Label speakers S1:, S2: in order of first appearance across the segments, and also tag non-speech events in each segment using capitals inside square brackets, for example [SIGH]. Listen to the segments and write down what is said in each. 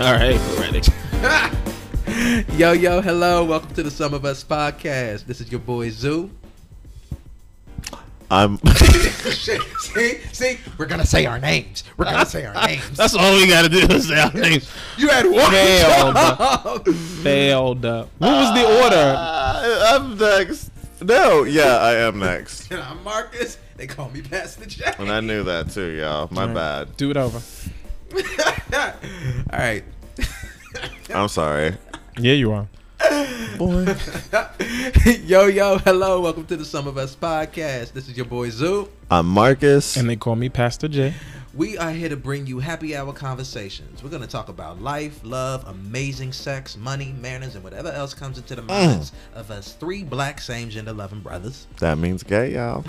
S1: All right, we're ready.
S2: Yo, yo, hello. Welcome to the Some of Us podcast. This is your boy Zoo.
S3: I'm
S2: [LAUGHS] Shit, see, see, we're gonna say our names. We're gonna say [LAUGHS] our names.
S1: That's all we gotta do is say our names.
S2: You had one [LAUGHS]
S1: Failed. Failed.
S2: job.
S1: What was the order?
S3: I, Uh, I'm next. No, yeah, I am next.
S2: And I'm Marcus. They call me Pastor Jack.
S3: And I knew that too, y'all. My bad.
S1: Do it over.
S2: [LAUGHS] all right.
S3: I'm sorry.
S1: Yeah, you are.
S3: Boy.
S2: yo, yo, hello. Welcome to the Some of Us podcast. This is your boy Zoo.
S3: I'm Marcus.
S1: And they call me Pastor J.
S2: We are here to bring you happy hour conversations. We're going to talk about life, love, amazing sex, money, manners, and whatever else comes into
S3: Mm.
S2: the minds of us three black, same gender loving brothers.
S3: that means gay, y'all.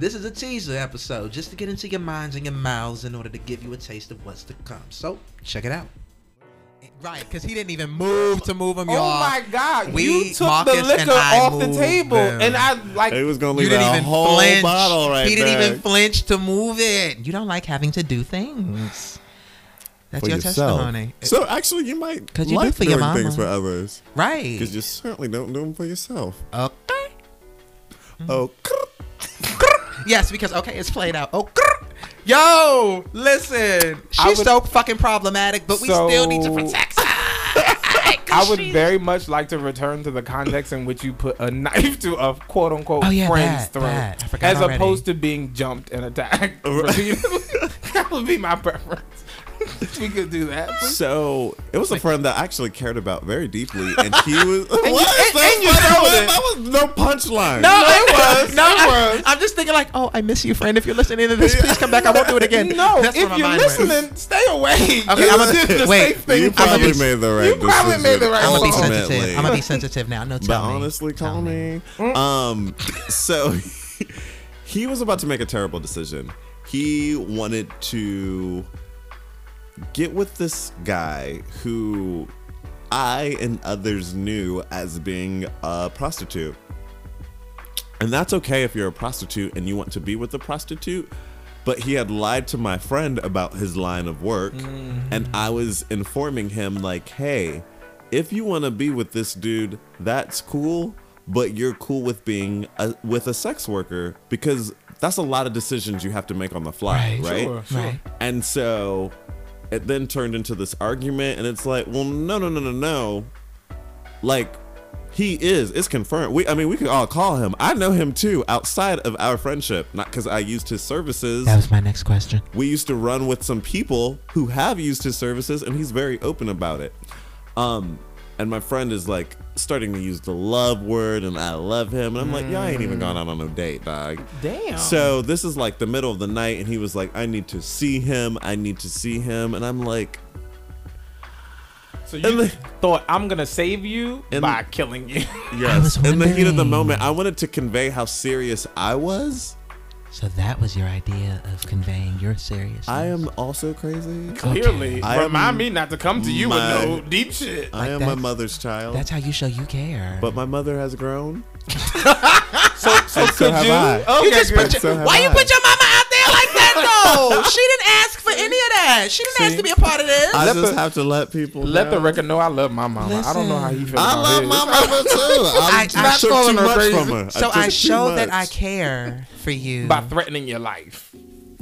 S2: This is a teaser episode just to get into your minds and your mouths in order to give you a taste of what's to come. So, check it out. Right, because he didn't even move to move him,
S4: Oh my God!
S2: We,
S4: you took
S2: Marcus
S4: the
S2: and
S4: liquor
S2: I
S4: off the
S2: moved
S4: table,
S2: them.
S4: and I like.
S3: He was gonna
S2: You
S3: leave
S2: didn't
S3: that
S2: even
S3: whole
S2: flinch.
S3: bottle right
S2: he didn't
S3: back.
S2: even flinch to move it. You don't like having to do things. That's
S3: Mm. for
S2: your
S3: yourself.
S2: testimony.
S3: So actually, you might
S2: 'Cause you do
S3: like
S2: for your
S3: doing things
S2: mama.
S3: for others
S2: Right.
S3: because you certainly don't do them for yourself.
S2: Okay.
S3: Oh,
S2: Yes, because okay, it's played out. Oh, grr. yo, listen,
S4: I
S2: she's
S4: would-
S2: so fucking problematic, but we still need to
S4: So-
S2: protect her.
S4: [LAUGHS] I would very much like to return to the context in which you put a [LAUGHS] knife to a quote unquote
S2: Oh, yeah,
S4: friend's
S2: that,
S4: throat,
S2: that. I forgot
S4: as
S2: already.
S4: opposed to being jumped and [LAUGHS] attacked. repeatedly. that would be my preference. [LAUGHS] If we could do that. please.
S3: so it was a friend that I actually cared about very deeply, and
S2: [LAUGHS]
S3: he was. what?
S4: and-
S3: That's
S4: and you
S3: funny.
S4: showed it.
S3: that was no punchline.
S2: No, [LAUGHS] it
S4: was,
S2: No,
S4: it
S2: I,
S4: was.
S2: am just thinking like, oh, I miss you, friend. If you're listening to this, please come back. I won't do it again.
S4: No,
S2: That's where
S4: if
S2: my
S4: you're
S2: mind went.
S4: listening, stay away.
S2: Okay, I'm
S4: You did
S2: gonna
S4: the
S2: wait.
S4: safe thing
S3: You
S4: for
S3: probably
S4: me.
S3: made the right.
S4: You probably made
S3: decision
S4: the right
S2: [LAUGHS] I'm gonna be
S4: Ultimately.
S2: sensitive. I'm gonna be sensitive now. No,
S3: But
S2: tell me.
S3: honestly, call me. Um, so [LAUGHS] he was about to make a terrible decision. He wanted to get with this guy who I and others knew as being a prostitute. And that's okay if you're a prostitute and you want to be with a prostitute. But he had lied to my friend about his line of work. And I was informing him, like, hey, if you want to be with this dude, that's cool. But you're cool with being a, with a sex worker because that's a lot of decisions you have to make on the fly, right?
S4: Sure, sure.
S2: Right.
S3: And so it then turned into this argument, and it's like, well, no, no, no, no, no. Like, he is. It's confirmed. We, I mean, we could all call him. I know him too, outside of our friendship. Not because I used his services.
S2: That was my next question.
S3: we used to run with some people who have used his services, and he's very open about it. Um, and my friend is like starting to use the love word, and I love him. And I'm like, yeah, I ain't even gone out on no date, dog.
S4: Damn.
S3: So this is like the middle of the night, and he was like, "I need to see him. I need to see him." And I'm like,
S4: So
S3: And
S4: you
S3: the-
S4: thought I'm gonna save you
S3: And-
S4: by killing you.
S3: "Yes."
S2: was
S3: In the heat of the
S2: wondering.
S3: moment, I wanted to convey how serious I was.
S2: So that was your idea of conveying your seriousness.
S3: I am also crazy.
S4: [LAUGHS] Clearly,
S3: I am
S4: remind me not to come to you
S3: my-
S4: with no deep shit.
S3: I am my
S2: that's-
S3: mother's child,
S2: That's how you show you care.
S3: but my mother has grown.
S4: So, so could
S3: have
S4: you? Oh,
S3: I.
S4: Okay,
S2: You just
S4: good.
S2: put [LAUGHS] your,
S3: so have
S2: why you
S3: I.
S2: put your mama out there like that though? she didn't ask for any of that. She didn't ask
S3: See?
S2: to be a part of this.
S3: I
S4: Let
S3: just
S4: the-
S3: have to let people.
S4: Let the
S3: know.
S4: record know I love my mama. I don't know how he feels.
S3: I
S4: about
S3: love
S4: his.
S3: my mother too. I,
S2: I- I-
S3: I took
S4: calling
S3: too
S4: her
S3: much
S4: crazy.
S3: from her.
S2: so
S3: took
S2: I
S3: too
S2: show that
S3: much.
S2: I care for you.
S4: by threatening your life.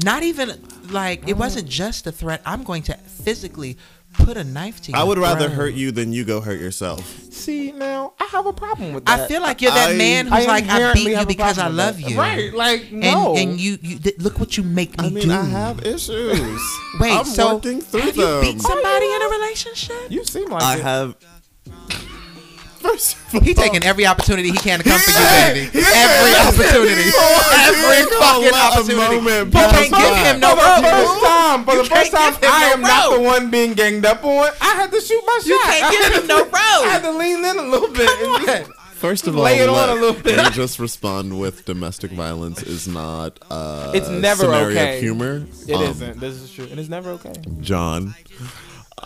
S2: Not even like it wasn't just a threat. I'm going to physically put a knife to you.
S3: I would rather hurt you than you go hurt yourself.
S4: See, now I have a problem with that.
S2: I feel like you're that
S3: I-
S2: man who's
S4: I
S2: like, I
S4: inherently
S2: beat you
S4: have a
S2: because I
S4: problem with
S2: love
S4: that.
S2: you.
S4: Right? Like
S2: And,
S4: no.
S2: and you, you th- look what you make me
S3: I mean,
S2: do.
S3: I have issues.
S2: Wait,
S3: I'm
S2: so
S3: working through
S2: have
S3: them.
S2: you beat somebody in a relationship?
S4: you seem like
S3: I
S4: it.
S3: have. First of all,
S2: He taking every opportunity he can to come for you,
S3: Yeah,
S2: baby.
S3: yeah,
S2: every
S3: yeah,
S2: opportunity,
S3: yeah,
S2: every
S3: yeah.
S2: fucking
S3: Let a
S2: opportunity.
S3: moment
S2: you
S3: pass
S2: can't
S3: by.
S2: give him no
S4: for the
S2: rope.
S4: first time, for
S2: You
S4: the first
S2: can't
S4: time,
S2: give him
S4: I
S2: no
S4: am not
S2: rope.
S4: the one being ganged up on. I had to shoot my shot.
S2: You
S4: [LAUGHS]
S2: can't give him
S5: [LAUGHS]
S2: no
S4: I had
S2: rope.
S4: to lean in a little bit. and just-
S3: First of all,
S4: Lay it on
S3: let
S4: a little bit. [LAUGHS]
S3: me just respond with domestic violence is not. Uh,
S4: It's never
S3: scenario
S4: okay.
S3: Of humor.
S4: It
S3: Um,
S4: [LAUGHS] not This is true, and it's never okay.
S3: John.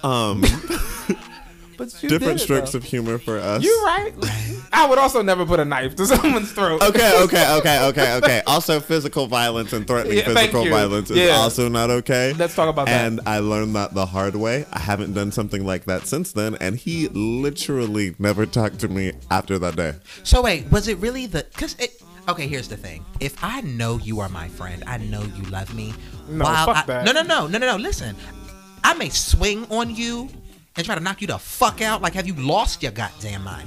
S3: Um,
S4: But you
S3: Different
S4: did it,
S3: strokes
S4: though.
S3: of humor for us.
S2: [LAUGHS]
S4: You're right. I would also never put a knife to [LAUGHS] someone's throat.
S3: Okay, okay, okay, okay, okay. Also, physical violence and threatening
S4: Yeah, thank
S3: physical
S4: you.
S3: violence is
S4: Yeah.
S3: also not okay.
S4: Let's talk about that.
S3: And I learned that the hard way. I haven't done something like that since then, and he literally never talked to me after that day.
S5: So wait, was it really the? Cause it. Okay, here's the thing. If I know you are my friend, I know you love me.
S4: No, fuck
S5: I,
S4: that.
S5: No, no, no, no, no, no. Listen, I may swing on you and try to knock you the fuck out. Like, have you lost your goddamn mind?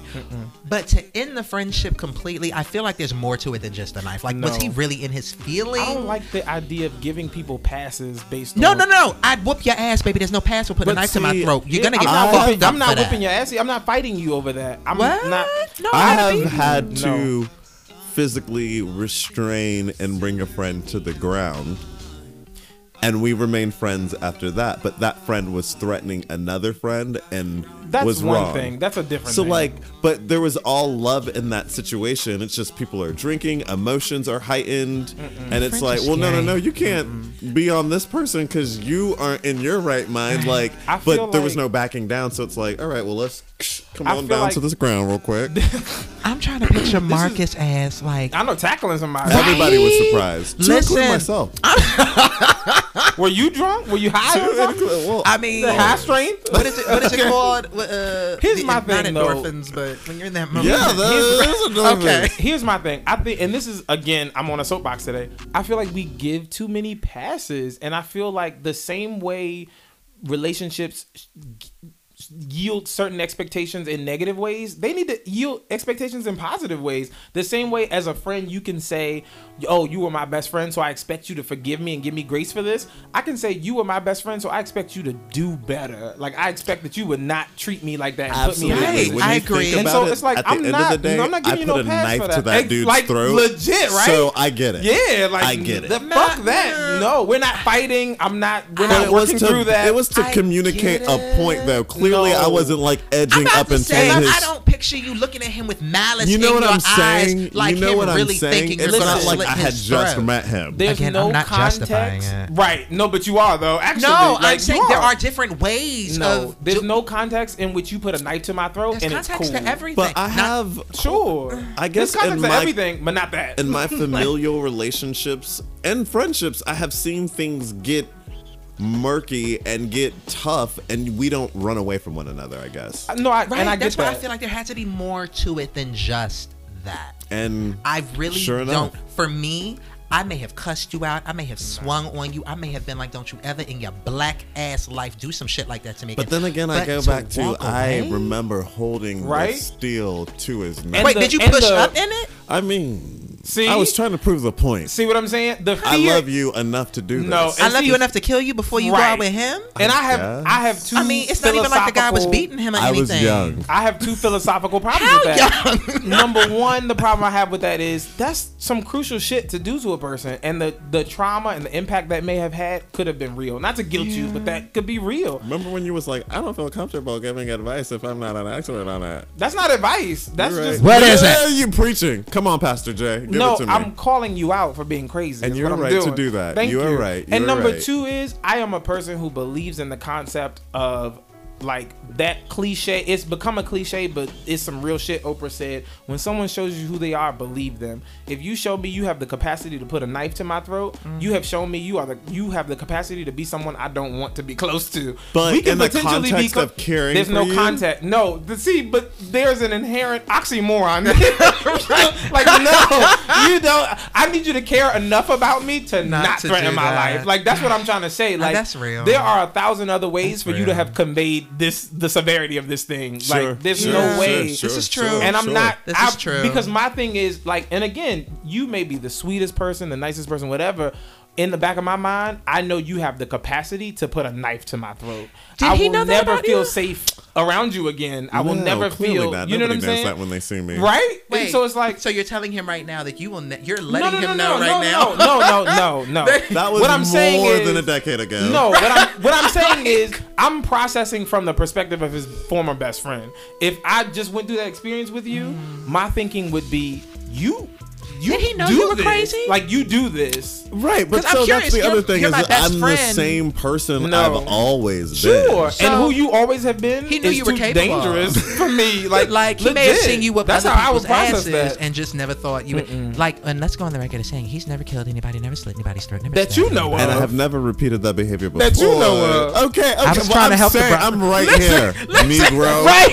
S5: But to end the friendship completely, I feel like there's more to it than just a knife. Like, was
S4: No.
S5: he really in his feelings?
S4: I don't like the idea of giving people passes based
S5: no,
S4: on.
S5: no, no. I'd whoop your ass, baby. There's no pass for putting a
S3: But
S5: knife to my
S3: see,
S5: throat. You're gonna
S4: I'm
S5: get
S4: not
S5: fucked
S4: whipping,
S5: up
S4: I'm not
S5: for
S4: whipping
S5: that.
S4: your ass. I'm not fighting you over that. I'm
S5: What?
S4: not.
S5: no,
S3: I
S5: I'd
S3: have
S5: beat
S3: had
S4: No.
S3: to physically restrain and bring a friend to the ground. And we remained friends after that, but that friend was threatening another friend and
S4: That's
S3: was
S4: one
S3: wrong.
S4: thing. That's a different.
S3: So
S4: thing.
S3: like, but there was all love in that situation. It's just people are drinking, emotions are heightened, and it's
S5: Friends
S3: like,
S5: are
S3: well, no, no,
S5: scary.
S3: no, you can't be on this person because you aren't in your right mind. Like,
S4: [LAUGHS] I
S3: but
S4: feel
S3: there was
S4: like-
S3: no backing down. So it's like, all right, well, let's come
S4: I
S3: on
S4: feel
S3: down to
S4: like-
S3: this ground real
S4: [LAUGHS]
S3: quick.
S5: I'm trying to picture Marcus as like.
S4: I know tackling somebody.
S3: Everybody was surprised. To include
S5: Listen.
S3: myself.
S4: [LAUGHS] Were you drunk? Were you high? or
S3: To
S4: something?
S3: include- well,
S5: I mean,
S4: High strength.
S5: What is it? What
S4: [LAUGHS]
S5: is it called? Uh,
S4: Here's
S5: the-
S4: my
S5: Not
S4: thing, though.
S5: endorphins, but when you're in that moment.
S3: yeah, that is another
S5: Okay.
S3: thing.
S4: [LAUGHS] Here's my thing. I think, and this is again, I'm on a soapbox today. I feel like we give too many passes, and I feel like the same way relationships yield certain expectations in negative ways, they need to yield expectations in positive ways. The same way as a friend, you can say, "Oh, you were my best friend, so I expect you to forgive me and give me grace for this." I can say, "You were my best friend, so I expect you to do better. Like I expect that you would not treat me like that." And put me in
S3: Absolutely.
S4: that
S5: Right.
S4: position."
S3: When
S5: I
S3: you think
S5: agree. And
S3: about
S4: so
S3: it,
S4: it's like,
S3: at the
S4: I'm
S3: end
S4: not-
S3: of the day,
S4: I'm not giving
S3: I
S4: you
S3: put
S4: no
S3: a
S4: pass
S3: knife to
S4: for that.
S3: that
S4: Ex-
S3: dude's
S4: like,
S3: throat.
S4: legit, right?
S3: So I get it.
S4: Yeah, like
S3: I get it.
S4: The
S5: Nah,
S4: fuck that. No, we're not fighting. I'm not. We're
S3: But
S4: not
S3: it was
S4: working
S3: to
S4: through that.
S3: it was to
S5: I
S3: communicate
S5: get
S3: a point though. Clearly,
S4: No.
S3: I wasn't like
S5: I'm
S3: edging
S5: about
S3: up
S5: to
S3: and
S5: say,
S3: saying his.
S5: I don't picture you looking at him with malice
S3: you know
S5: in
S3: what
S5: your
S3: I'm saying?
S5: eyes, like
S3: you know
S5: him
S3: what I'm
S5: really
S3: saying?
S5: thinking
S3: It's
S5: you're
S3: not
S5: gonna
S3: like
S5: slit
S3: I had
S5: his
S3: just
S5: throat.
S3: met him.
S4: There's
S5: Again,
S4: no
S5: I'm not justifying
S4: context.
S5: it.
S4: Right. No, but you are though. Actually,
S5: No,
S4: like,
S5: I'm
S4: you
S5: saying
S4: are.
S5: there are different ways
S4: No,
S5: of.
S4: there's
S5: do-
S4: no context in which you put a knife to my throat
S5: There's
S4: and it's
S5: context
S4: cool.
S5: to everything.
S3: but I
S5: Not-
S3: have
S4: Sure.
S3: I guess
S4: there's context
S3: in
S4: to
S3: my-
S4: everything, but not that.
S5: [LAUGHS]
S3: in my familial relationships and friendships. I have seen things get murky and get tough, and we don't run away from one another. I guess.
S4: no, I,
S5: Right?
S4: and I get
S5: That's why
S4: that.
S5: I feel like there has to be more to it than just that.
S3: And
S5: I really
S3: Sure enough.
S5: don't. For me, I may have cussed you out. I may have swung on you. I may have been like, "Don't you ever in your black ass life do some shit like that to me."
S3: but then again, I
S5: But
S3: go
S5: to
S3: back to
S5: walk
S3: I
S5: away?
S3: remember holding the
S4: Right?
S3: steel to his neck.
S4: And
S5: Wait,
S4: the-
S5: did you
S4: and
S5: push
S4: the-
S5: up in it?
S3: I mean,
S4: See?
S3: I was trying to prove the point.
S4: See what I'm saying? The fear.
S3: I love you enough to do this.
S4: No,
S5: I
S4: And
S5: love
S4: see-
S5: you enough to kill you before you go out
S4: Right.
S5: with him.
S4: And I have,
S3: guess.
S4: I have two.
S5: I mean, it's not even like the guy was
S4: philosophical-
S5: beating him or
S3: I
S5: anything.
S3: was young.
S4: I have two philosophical problems
S5: How
S4: with
S3: [LAUGHS]
S4: that. Number one, the problem I have with that is that's some crucial shit to do to a person, and the the trauma and the impact that may have had could have been real. Not to guilt you, but that could be real.
S3: Remember when you was like, I don't feel comfortable giving advice if I'm not an expert on that.
S4: That's not advice. That's
S3: You're right.
S4: just
S5: What is
S3: Yeah, You preaching? Come on, Pastor J. Give
S4: no,
S3: it to me.
S4: I'm calling you out for being crazy.
S3: And
S4: is
S3: you're
S4: what I'm
S3: right to
S4: doing.
S3: do that.
S4: Thank
S3: You are
S4: you.
S3: right. You
S4: and
S3: are
S4: number
S3: right.
S4: two is I am a person who believes in the concept of like that cliche. It's become a cliche, but it's some real shit. Oprah said, "When someone shows you who they are, believe them. If you show me you have the capacity to put a knife to my throat, you have shown me you are the you have the capacity to be someone I don't want to be [LAUGHS] close to.
S3: But
S4: we can
S3: in the
S4: potentially be
S3: context
S4: clo-
S3: of caring
S4: There's
S3: for
S4: no
S3: you?
S4: contact. No, the, see, but there's an inherent oxymoron. [LAUGHS] like no, you don't. I need you to care enough about me to not,
S5: Not to
S4: threaten
S5: do
S4: my
S5: that. Ah,
S4: life. Like that's what I'm trying to say. Like
S5: that's real.
S4: There are a thousand other ways for you to
S5: real.
S4: have conveyed this the severity of this thing.
S3: Sure,
S4: like there's
S3: sure,
S4: no way.
S3: sure, sure,
S5: This is
S3: sure,
S5: true.
S4: And I'm
S3: sure.
S4: not.
S5: This
S4: I-
S5: is true.
S4: Because my thing is like, and again, you may be the sweetest person, the nicest person, whatever. In the back of my mind, I know you have the capacity to put a knife to my throat.
S5: Did
S4: I
S5: he
S4: will
S5: know that
S4: never
S5: about
S4: feel
S5: you?
S4: safe around you again. I will
S3: No,
S4: never
S3: clearly
S4: feel.
S3: not.
S4: You know
S3: Nobody
S4: what I'm
S3: knows
S4: saying?
S3: that when they see me.
S4: Right? And so it's like
S5: so you're telling him right now that you will. Ne- you're letting him know
S4: no,
S5: right
S4: no,
S5: now.
S4: No, no, no, no, no.
S3: [LAUGHS] That was
S4: what I'm
S3: more
S4: saying is,
S3: than a decade ago.
S4: No, what I'm what
S5: [LAUGHS]
S4: I'm saying is I'm processing from the perspective of his former best friend. If I just went through that experience with you, my thinking would be you
S5: You Mm. Did he know
S4: do
S5: you were
S4: this.
S5: crazy?
S4: Like you do this.
S3: Right, but
S5: 'Cause I'm
S3: so
S5: curious,
S3: that's the
S5: you're-
S3: other thing
S5: you're
S3: is
S5: my
S3: that
S5: best
S3: I'm the
S5: friend.
S3: same person
S4: No.
S3: I've always been.
S4: Sure,
S5: So-
S4: and who you always have been
S5: He knew
S4: is
S5: you were
S4: too
S5: capable of. [LAUGHS]
S4: dangerous for me. Like,
S5: like he may have
S4: legit.
S5: seen you with
S4: That's
S5: other
S4: how I would
S5: people's
S4: process
S5: asses
S4: that.
S5: and just never thought you would, like. And let's go on the record as saying he's never killed anybody, never slit anybody's throat. Never
S4: That
S5: stabbed
S4: you know
S5: anybody.
S3: And I
S4: of.
S3: have never repeated that behavior before.
S4: That you know of.
S3: Okay, okay.
S5: was
S3: well,
S5: trying
S3: I'm
S5: to help the
S3: saying
S5: bro-
S3: I'm right here, Negro.
S5: right?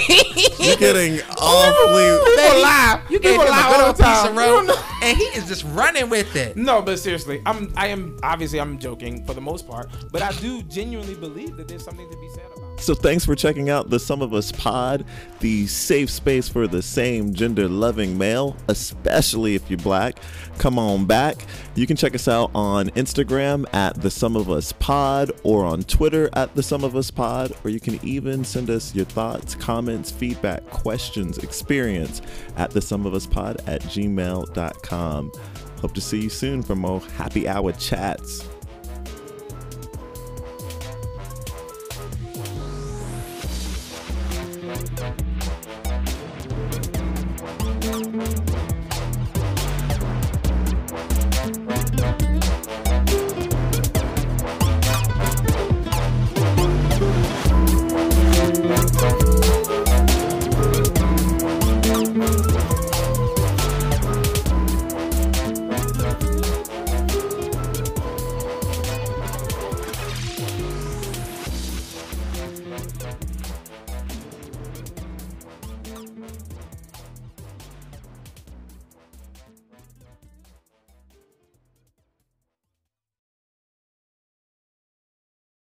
S3: You're
S5: [LAUGHS]
S3: getting awfully.
S4: People lie.
S5: You gave him
S4: People
S5: a
S4: lie
S5: good
S4: all
S5: old
S4: the
S5: piece
S4: time.
S5: of
S4: You don't
S5: rope,
S4: know.
S5: and he is just running with it.
S4: No, but seriously, I'm I am obviously I'm joking for the most part, but I do genuinely believe that there's something to be said about.
S3: So thanks for checking out the Some of Us Pod, the safe space for the same gender loving male, especially if you're black. Come on back. You can check us out on Instagram at the Some of Us Pod or on Twitter at the Some of Us Pod, or you can even send us your thoughts, comments, feedback, questions, experience at the Some of Us Pod at gmail.com. Hope to see you soon for more happy hour chats.